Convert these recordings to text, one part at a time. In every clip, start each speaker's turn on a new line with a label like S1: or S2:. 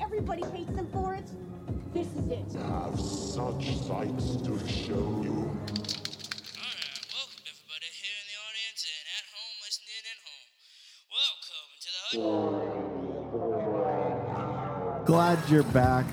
S1: everybody hates them for it. This is it.
S2: have such sights to show you.
S3: Alright, welcome to everybody here in the audience and at home listening at home. Welcome to the Hut.
S4: Glad you're back.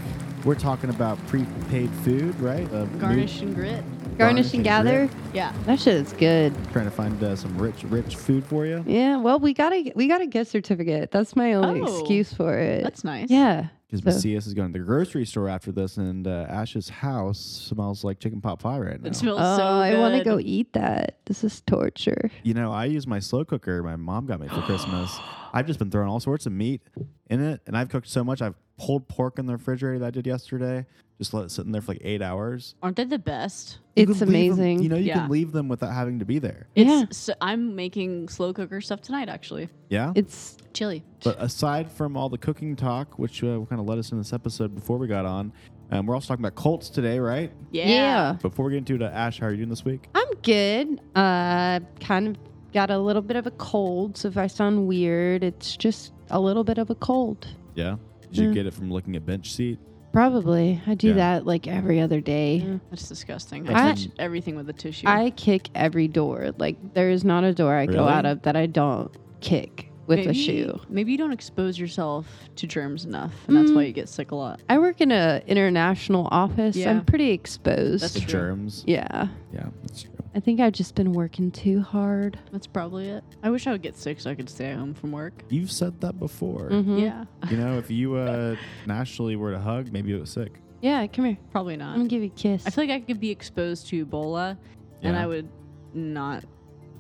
S4: We're talking about prepaid food, right? Uh, new-
S5: Garnish and grit.
S6: Garnish
S4: Garnish
S6: and
S4: and
S6: gather.
S5: Yeah.
S6: That shit is good.
S4: trying to find uh, some rich, rich food for you.
S6: Yeah. Well, we got a we got a gift certificate. That's my only
S5: Oh,
S6: excuse for it.
S5: That's nice.
S6: Yeah.
S4: Because
S6: So-
S4: Macias is going to the grocery store after this, and uh, Ash's house smells like chicken pot pie right now.
S5: It smells
S6: Oh,
S5: so
S6: I want to
S5: good.
S6: go eat that. This is torture.
S4: you know, I use my slow cooker my mom got me for Christmas. I've just been throwing all sorts of meat in it, and I've cooked so much. I've pulled pork in the refrigerator that I did yesterday. Just let it sit in there for like eight hours.
S5: Aren't they the best?
S4: You
S6: It's
S4: can leave 'em-
S6: amazing.
S4: you know, you
S5: Yeah.
S4: can leave them without having to be there.
S6: Yeah.
S5: It's, so, I'm making slow cooker stuff tonight, actually.
S4: Yeah.
S6: It's
S5: Chili.
S4: But aside from all the cooking talk, which uh, kind of led us in this episode before we got on, um, we're also talking about Colts today, right?
S5: Yeah.
S6: yeah.
S4: Before we get into it, uh, Ash, how are you doing this week?
S6: I'm good. Uh, kind of got a little bit of a cold. So if I sound weird, it's just a little bit of a cold.
S4: Yeah. Did you
S5: Mm.
S6: Yeah.
S4: get it from looking at bench seat?
S6: Probably. I do
S4: Yeah.
S6: that like every other day.
S5: That's disgusting.
S4: I-
S5: I, touch everything with a tissue.
S6: I kick every door. Like there is not a door I go
S4: Really?
S6: out of that I don't kick with a shoe.
S5: Maybe you don't expose yourself to germs enough, and that's
S6: Mm.
S5: why you get sick a lot.
S6: I work in a international office.
S5: Yeah.
S6: I'm pretty exposed.
S5: That's
S4: The
S5: true.
S4: germs.
S6: yeah.
S4: Yeah, that's true.
S6: I think I've just been working too hard.
S5: That's probably it. I wish I would get sick so I could stay at home from work.
S4: You've said that before.
S6: Mm-hmm.
S5: Yeah.
S4: You know, if you uh, nationally were to hug, maybe you was sick.
S6: Yeah, come here. Mm.
S5: Probably
S6: I'm gonna
S5: not.
S6: give you a kiss.
S5: I feel like I could be exposed to Ebola, and
S4: Yeah.
S5: I would not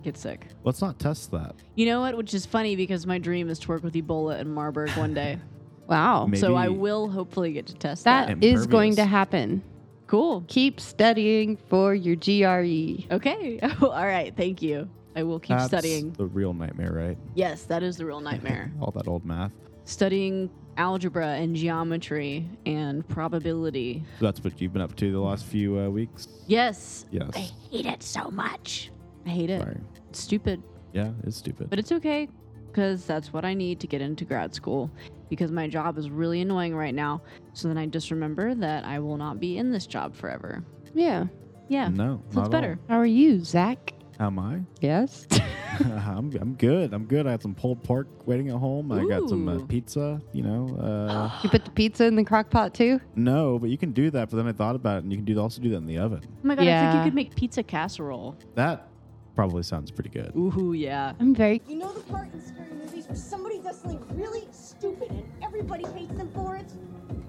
S5: get sick.
S4: Let's not test that.
S5: You know what? Which is funny because my dream is to work with Ebola in Marburg one day.
S6: wow.
S4: Maybe-
S5: So I will hopefully get to test that.
S6: That
S4: Impervious.
S6: is going to happen.
S5: Cool.
S6: Keep studying for your E. GRE.
S5: Okay. Oh, all right. Thank you. I will keep
S4: That's
S5: studying.
S4: The real nightmare, right?
S5: Yes, that is the real nightmare.
S4: All that old math.
S5: studying algebra and geometry and probability.
S4: So that's what you've been up to the last few uh, weeks.
S5: Yes.
S4: Yes.
S1: Hate it so much.
S5: I hate it.
S4: Sorry.
S5: It's stupid.
S4: Yeah, it's stupid.
S5: But it's okay because that's what I need to get into grad school because my job is really annoying right now. So then I just remember that I will not be in this job forever.
S6: Yeah.
S5: Yeah.
S4: no,
S5: So
S4: not
S5: it's
S4: at
S5: better.
S6: How are you, Zach?
S4: All. Am I?
S6: Yes.
S4: I'm, I'm good. I'm good. I had some pulled pork waiting at home. I got some uh,
S5: Ooh.
S4: pizza, you know. Uh,
S6: you put the pizza in the crock pot too?
S4: no, but you can do that. But then I thought about it, and you can do also do that in the oven.
S5: Oh my God. I think
S6: Yeah.
S5: you could make pizza casserole.
S4: That probably sounds pretty good.
S5: Ooh, yeah.
S6: I'm very
S1: You know the part in scary movies where somebody does something really stupid and everybody hates them for it?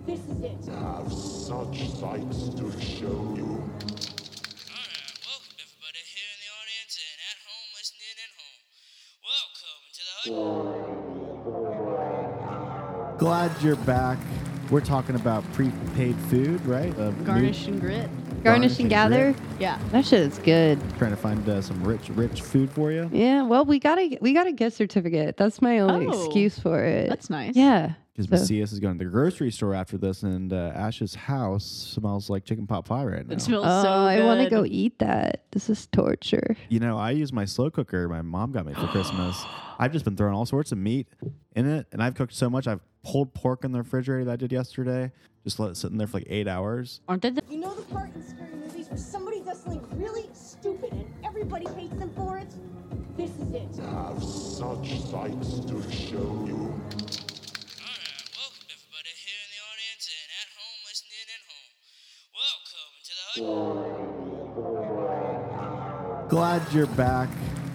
S1: This is it.
S2: Have such sights to show you.
S3: Alright, welcome to everybody here in the audience and at home listening at home. Welcome to the Hut.
S4: Glad you're back. We're talking about prepaid food, right? Uh, new-
S5: Garnish and grit.
S6: garnish and gather.
S4: grit.
S5: Yeah.
S6: That shit is good.
S4: Trying to find uh, some rich, rich food for you.
S6: Yeah, well, we got a we got a gift certificate. That's my only
S5: Oh,
S6: excuse for it.
S5: That's nice.
S6: yeah.
S4: Because
S6: So-
S4: Macias is going to the grocery store after this, and uh, Ash's house smells like chicken pot pie right now.
S5: It smells
S6: Oh,
S5: so
S6: I want to
S5: good.
S6: go eat that. This is torture.
S4: You know, I use my slow cooker my mom got me for Christmas. I've just been throwing all sorts of meat in it, and I've cooked so much. I've pulled pork in the refrigerator that I did yesterday. Just let it sit in there for like eight hours.
S5: Aren't they the
S1: You know the part in scary movies where somebody does something really stupid and everybody hates them for it? This is it.
S2: Have such sights to show you.
S3: Alright, welcome to everybody here in the audience and at home listening at home. Welcome to the Hut.
S4: Glad you're back.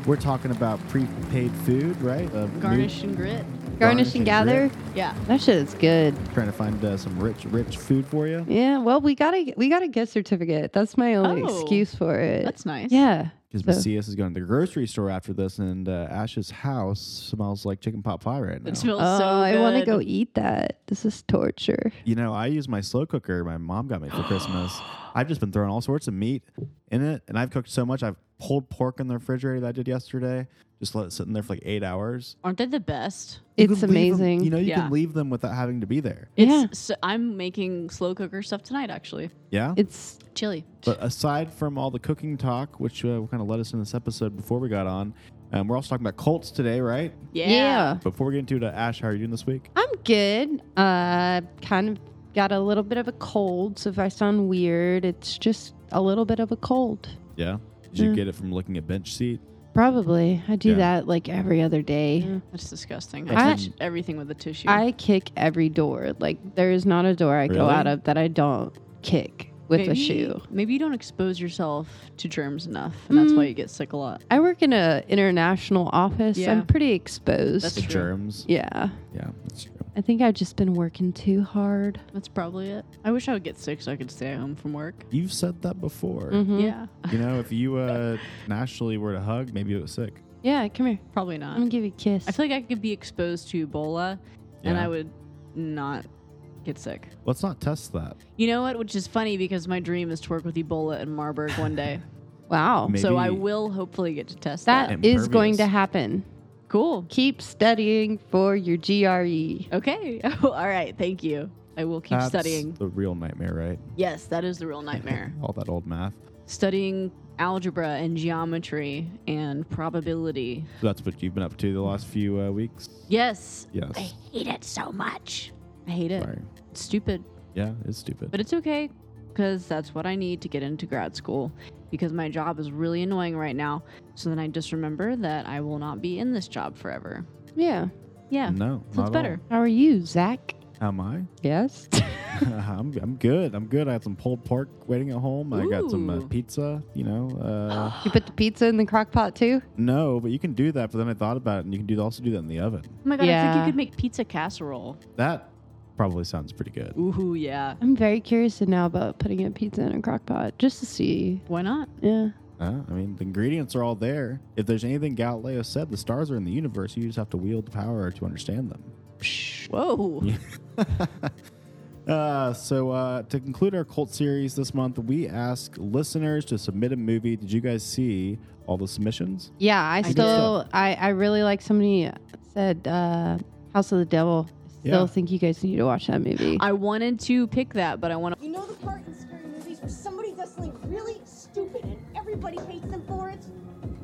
S4: We're talking about prepaid food, right? Uh, new-
S5: garnish and grit?
S6: Garnish and gather.
S4: grit.
S5: Yeah.
S6: That shit is good.
S4: Trying to find uh, some rich, rich food for you.
S6: Yeah, well, we got a we got a gift certificate. That's my only
S5: Oh,
S6: excuse for it.
S5: That's nice.
S6: Yeah.
S4: Because
S6: So-
S4: Macias is going to the grocery store after this, and uh, Ash's house smells like chicken pot pie right now.
S5: It smells
S6: Oh,
S5: so
S6: I
S5: good.
S6: want to go eat that. This is torture.
S4: You know, I use my slow cooker my mom got me for Christmas. I've just been throwing all sorts of meat in it, and I've cooked so much. I've pulled pork in the refrigerator that I did yesterday. Just let it sit in there for like eight hours.
S5: Aren't they the best?
S4: You
S6: It's
S4: can leave 'em-
S6: amazing.
S4: you know, you
S5: Yeah.
S4: can leave them without having to be there.
S6: Yeah.
S5: It's, so, I'm making slow cooker stuff tonight, actually.
S4: Yeah.
S6: It's
S5: Chili.
S4: but aside from all the cooking talk, which uh, kind of led us in this episode before we got on, Um, we're also talking about Colts today, right?
S5: Yeah.
S4: Before we get into it, uh, Ash, how are you doing this week?
S6: I'm good. Uh, kind of got a little bit of a cold, so if I sound weird, it's just a little bit of a cold.
S4: Yeah. Did you
S6: Yeah.
S4: get it from looking at bench seat?
S6: Probably. I do
S4: Yeah.
S6: that like every other day.
S5: That's disgusting.
S4: I-
S5: I touch everything with a tissue.
S6: I kick every door. Like there is not a door I go
S4: Really?
S6: out of that I don't kick with
S5: maybe,
S6: a shoe.
S5: Maybe you don't expose yourself to germs enough, and that's why
S6: Mm.
S5: you get sick a lot.
S6: I work in a international office.
S5: Yeah.
S6: I'm pretty exposed.
S5: That's
S4: The
S5: true.
S4: germs.
S6: yeah.
S4: Yeah, that's true.
S6: I think I've just been working too hard.
S5: That's probably it. I wish I would get sick so I could stay at home from work.
S4: You've said that before.
S6: Mhm.
S5: Yeah.
S4: You know, if you uh, nationally were to hug, maybe it was sick.
S6: Yeah, come here.
S5: Probably
S6: I'm gonna
S5: not.
S6: give you a kiss.
S5: I feel like I could be exposed to Ebola, and
S4: Yeah.
S5: I would not get sick.
S4: Let's not test that.
S5: You know what? Which is funny because my dream is to work with Ebola in Marburg one day.
S6: wow.
S4: Maybe-
S5: So I will hopefully get to test that.
S6: That is going to
S4: Impervious.
S6: happen.
S5: Cool.
S6: Keep studying for your E. GRE.
S5: Okay. Oh, all right. Thank you. I will keep
S4: That's
S5: studying.
S4: The real nightmare, right?
S5: Yes, that is the real nightmare.
S4: All that old math.
S5: studying algebra and geometry and probability.
S4: So that's what you've been up to the last few uh, weeks.
S5: Yes.
S4: Yes.
S1: I hate it so much.
S5: I hate it.
S4: Sorry.
S5: It's stupid.
S4: Yeah, it's stupid.
S5: But it's okay because that's what I need to get into grad school because my job is really annoying right now. So then I just remember that I will not be in this job forever.
S6: Yeah.
S5: Yeah.
S4: no,
S5: so it's
S4: not at all.
S5: better.
S6: How are you, Zach?
S4: How am I?
S6: Yes.
S4: I'm, I'm good. I'm good. I had some pulled pork waiting at home. I got some uh,
S5: Ooh.
S4: pizza, you know. Uh,
S6: you put the pizza in the crock pot too?
S4: no, but you can do that. But then I thought about it, and you can do also do that in the oven.
S5: Oh my god, I think
S6: Yeah.
S5: you could make pizza casserole.
S4: That probably sounds pretty good.
S5: Ooh, yeah.
S6: I'm very curious to know about putting a pizza in a crock pot just to see.
S5: Why not?
S6: Yeah.
S4: Uh, I mean, the ingredients are all there. If there's anything Galileo said, the stars are in the universe. You just have to wield the power to understand them.
S5: Whoa.
S4: Uh, so uh, to conclude our cult series this month, we ask listeners to submit a movie. Did you guys see all the submissions?
S6: Yeah, I
S5: did.
S6: still I, I really like somebody said uh House of the Devil. I still
S4: Yeah.
S6: think you guys need to watch that movie.
S5: I wanted to pick that, but I want to.
S1: You know the part in scary movies where somebody does something really stupid and everybody hates them for it?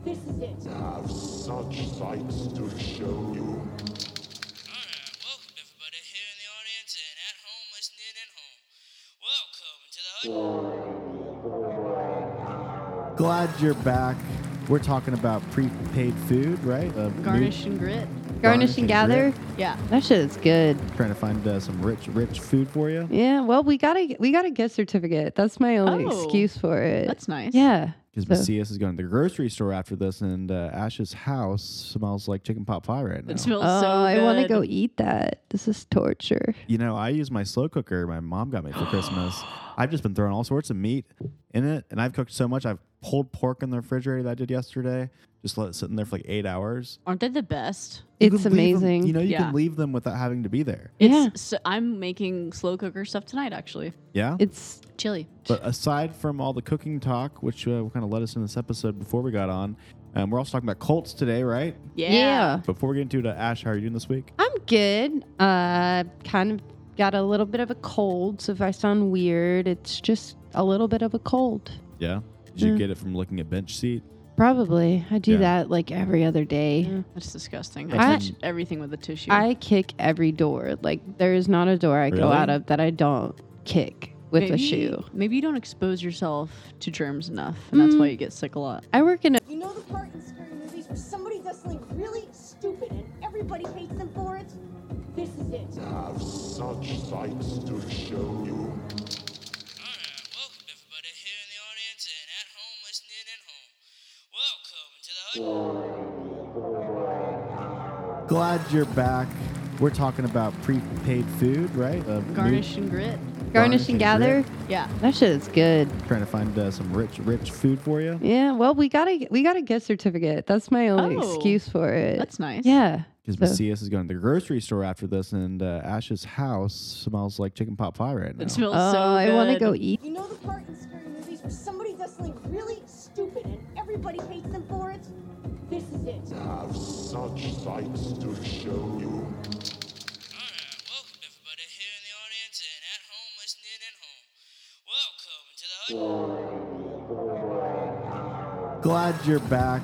S1: This is it.
S2: Have such sights to show you.
S3: Alright, welcome everybody here in the audience and at home listening at home. Welcome to the Hut.
S4: Glad you're back. We're talking about prepaid food, right? Uh,
S5: Garnish and grit.
S6: Garnish and Gather.
S4: Grip.
S5: Yeah.
S6: That shit is good.
S4: Trying to find uh, some rich, rich food for you.
S6: Yeah, well we got a we got a gift certificate. That's my only
S5: Oh,
S6: excuse for it.
S5: That's nice.
S6: Yeah.
S4: Because
S6: So-
S4: Miss CS is going to the grocery store after this, and uh, Ash's house smells like chicken pot pie right now.
S5: It smells
S6: Oh,
S5: so
S6: I want to
S5: good.
S6: go eat that. This is torture.
S4: You know, I use my slow cooker my mom got me for Christmas. I've just been throwing all sorts of meat in it, and I've cooked so much. I've pulled pork in the refrigerator that I did yesterday. Just let it sit in there for like eight hours.
S5: Aren't they the best?
S4: You
S6: It's
S4: can leave them-
S6: amazing.
S4: you know, you
S5: Yeah.
S4: can leave them without having to be there.
S6: Yeah.
S5: It's, so, I'm making slow cooker stuff tonight, actually.
S4: Yeah.
S6: It's
S5: Chili.
S4: but aside from all the cooking talk, which uh, kind of led us in this episode before we got on, um, we're also talking about Colts today, right?
S5: Yeah.
S6: yeah.
S4: Before we get into it, uh, Ash, how are you doing this week?
S6: I'm good. Uh kind of got a little bit of a cold, so if I sound weird, it's just a little bit of a cold.
S4: Yeah. Did you
S6: Yeah.
S4: get it from looking at bench seat?
S6: Probably. I do
S4: Yeah.
S6: that like every other day.
S5: That's disgusting.
S4: I-
S5: I touch everything with a tissue.
S6: I kick every door. Like there is not a door I go
S4: Really?
S6: out of that I don't kick with
S5: maybe,
S6: a shoe.
S5: Maybe you don't expose yourself to germs enough, and that's
S6: Mm.
S5: why you get sick a lot.
S6: I work in a
S1: You know the part in scary movies where somebody does something really stupid and everybody hates them for it? This is it.
S2: Have such sights to show you.
S3: Alright, welcome everybody here in the audience and at home listening at home. Welcome to the Hut.
S4: Glad you're back. We're talking about prepaid food, right? Uh,
S5: Garnish and grit.
S6: garnish and gather.
S4: grip.
S5: Yeah.
S6: That shit is good.
S4: Trying to find uh, some rich, rich food for you.
S6: Yeah. Well, we got a we got a gift certificate. That's my only
S5: Oh,
S6: excuse for it.
S5: That's nice.
S6: Yeah.
S4: Because
S6: So-
S4: Miss CS is going to the grocery store after this, and uh, Ash's house smells like chicken pot pie right now.
S5: It smells
S6: oh,
S5: so
S6: I want to
S5: good.
S6: go eat.
S1: You know the part in scary movies where somebody does something really stupid and everybody hates them for it? This is it.
S2: Have such sights to show you.
S3: Alright, welcome everybody here in the audience and at home listening at home. Welcome to the Hut.
S4: Glad you're back.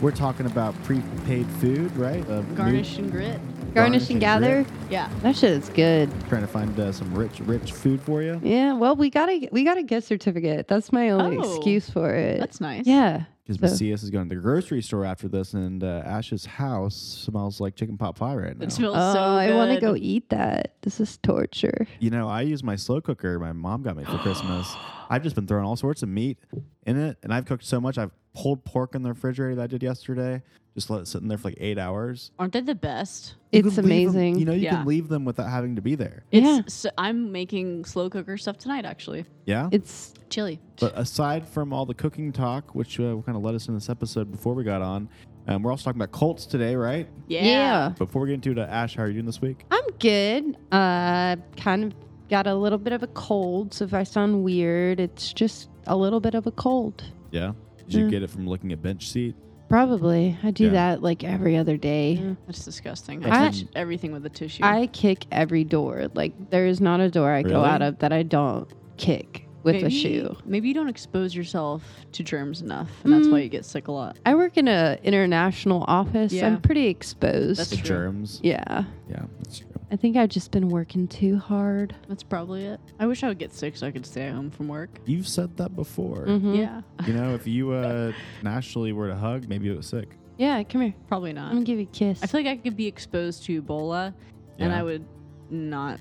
S4: We're talking about prepaid food, right? Uh, new-
S6: Mm.
S5: Garnish and grit.
S6: Garnish and gather.
S4: grit.
S5: Yeah.
S6: That shit is good.
S4: Trying to find uh, some rich, rich food for you.
S6: Yeah. Well, we got a we got a gift certificate. That's my only
S5: Oh,
S6: excuse for it.
S5: That's nice.
S6: Yeah.
S4: Because
S6: So-
S4: Miss CS is going to the grocery store after this, and uh, Ash's house smells like chicken pot pie right now.
S5: It smells
S6: oh,
S5: so
S6: I
S5: good.
S6: want to go eat that. This is torture.
S4: you know, I use my slow cooker my mom got me for Christmas. I've just been throwing all sorts of meat in it, and I've cooked so much. I've pulled pork in the refrigerator that I did yesterday. Just let it sit in there for like eight hours.
S5: Aren't they the best?
S4: You
S6: It's
S4: can leave 'em-
S6: amazing.
S4: you know, you
S5: Yeah.
S4: can leave them without having to be there.
S6: Yeah.
S5: It's, so, I'm making slow cooker stuff tonight, actually.
S4: Yeah.
S6: it's
S5: Chili.
S4: But aside from all the cooking talk, which uh, kind of led us in this episode before we got on, um, we're also talking about Colts today, right?
S5: Yeah.
S6: yeah.
S4: Before we get into it, uh, Ash, how are you doing this week?
S6: I'm good. Uh, kind of got a little bit of a cold. So if I sound weird, it's just a little bit of a cold.
S4: Yeah. Did you
S6: Yeah.
S4: get it from looking at bench seat?
S6: Probably. I do
S4: Yeah.
S6: that like every other day.
S5: That's disgusting.
S4: I-
S5: I touch everything with a tissue.
S6: I kick every door. Like there is not a door I go
S4: Really?
S6: out of that I don't kick with
S5: maybe,
S6: a shoe.
S5: Maybe you don't expose yourself to germs enough, and that's why
S6: Mm.
S5: you get sick a lot.
S6: I work in a international office.
S5: Yeah.
S6: I'm pretty exposed.
S5: That's
S4: The
S5: true.
S4: germs.
S6: yeah.
S4: Yeah, that's true.
S6: I think I've just been working too hard.
S5: That's probably it. I wish I would get sick so I could stay home from work.
S4: You've said that before.
S6: Mhm.
S5: Yeah.
S4: You know, if you uh, nationally were to hug, maybe it was sick.
S6: Yeah, come here.
S5: Probably
S6: I'm
S5: not.
S6: gonna give you a kiss.
S5: Mm. I feel like I could be exposed to Ebola, and
S4: Yeah.
S5: I would not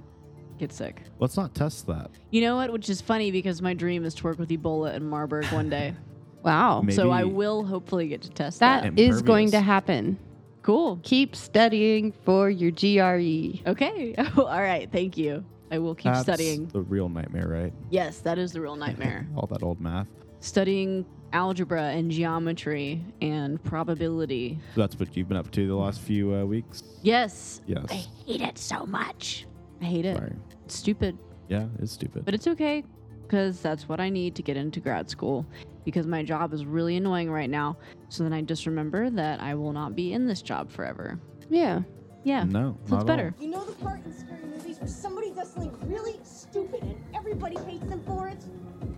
S5: get sick.
S4: Let's not test that.
S5: You know what? Which is funny because my dream is to work with Ebola in Marburg one day.
S6: wow.
S4: Maybe-
S5: so I will hopefully get to test that.
S6: That is going
S4: Impervious.
S6: to happen.
S5: Cool.
S6: Keep studying for your E. GRE.
S5: Okay. Oh, all right. Thank you. I will keep
S4: That's
S5: studying.
S4: The real nightmare, right?
S5: Yes, that is the real nightmare.
S4: All that old math.
S5: studying algebra and geometry and probability.
S4: That's what you've been up to the last few uh, weeks.
S5: Yes.
S4: Yes.
S1: Hate it so much.
S5: I hate it.
S4: Sorry.
S5: It's stupid.
S4: Yeah, it's stupid.
S5: But it's okay because that's what I need to get into grad school because my job is really annoying right now. So then I just remember that I will not be in this job forever.
S6: Yeah.
S5: Yeah.
S4: No,
S5: So it's
S4: not at all.
S5: better.
S1: You know the part in scary movies where somebody does something really stupid and everybody hates them for it?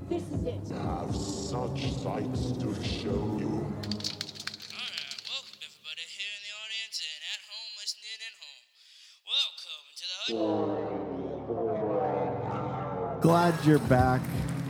S1: This is it.
S2: Have such sights to show you.
S3: Alright, welcome everybody here in the audience and at home listening at home. Welcome to the Hood.
S4: Glad you're back.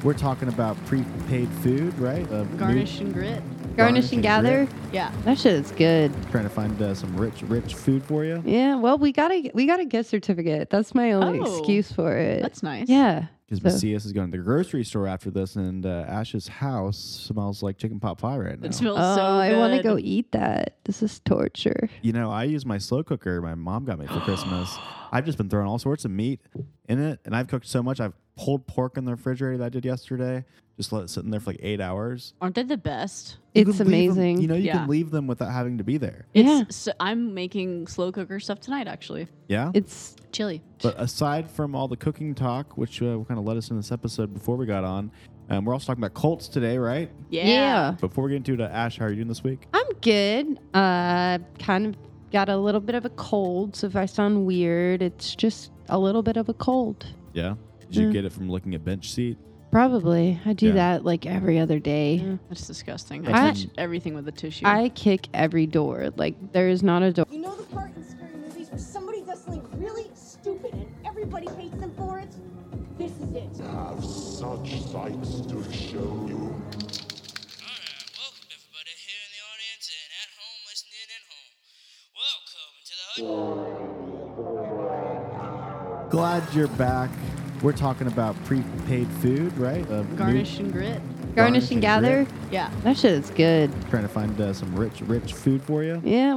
S4: We're talking about prepaid food, right? Uh, new-
S5: Garnish and grit.
S6: Garnish, and gather.
S4: grit.
S5: Yeah.
S6: That shit is good.
S4: Trying to find uh, some rich, rich food for you.
S6: Yeah. Well, we got a we got a gift certificate. That's my only
S5: Oh.
S6: excuse for it.
S5: That's nice.
S6: Yeah.
S4: Because
S6: So-
S4: Miss CS is going to the grocery store after this, and uh, Ash's house smells like chicken pot pie right now.
S5: It smells
S6: Oh,
S5: so
S6: I want to
S5: good.
S6: go eat that. This is torture.
S4: You know, I use my slow cooker my mom got me for Christmas. I've just been throwing all sorts of meat in it, and I've cooked so much. I've pulled pork in the refrigerator that I did yesterday. Just let it sit in there for like eight hours.
S5: Aren't they the best?
S4: You
S6: It's
S4: can leave 'em-
S6: amazing.
S4: you know, you
S5: Yeah.
S4: can leave them without having to be there.
S6: Yeah.
S5: It's, so I'm making slow cooker stuff tonight, actually.
S4: Yeah.
S6: It's
S5: Chili.
S4: but aside from all the cooking talk, which uh, kind of led us in this episode before we got on, um, we're also talking about Colts today, right?
S5: Yeah.
S6: yeah.
S4: Before we get into it, uh, Ash, how are you doing this week?
S6: I'm good. Uh, kind of got a little bit of a cold. So if I sound weird, it's just a little bit of a cold.
S4: Yeah. Did you
S6: Yeah.
S4: get it from looking at bench seat?
S6: Probably. I do
S4: Yeah.
S6: that like every other day.
S5: That's disgusting.
S4: I-
S5: I touch everything with a tissue.
S6: I kick every door. Like there is not a door.
S1: You know the part in scary movies where somebody does something really stupid and everybody hates them for it? This is it.
S2: Have such sights to show you.
S3: Alright, welcome everybody here in the audience and at home listening at home. Welcome to the Hood.
S4: Glad you're back. We're talking about prepaid food, right? Uh, new-
S5: Garnish and grit.
S6: Garnish, and
S4: and
S6: gather.
S4: grit.
S5: Yeah.
S6: That shit is good.
S4: Trying to find uh, some rich, rich food for you.
S6: Yeah.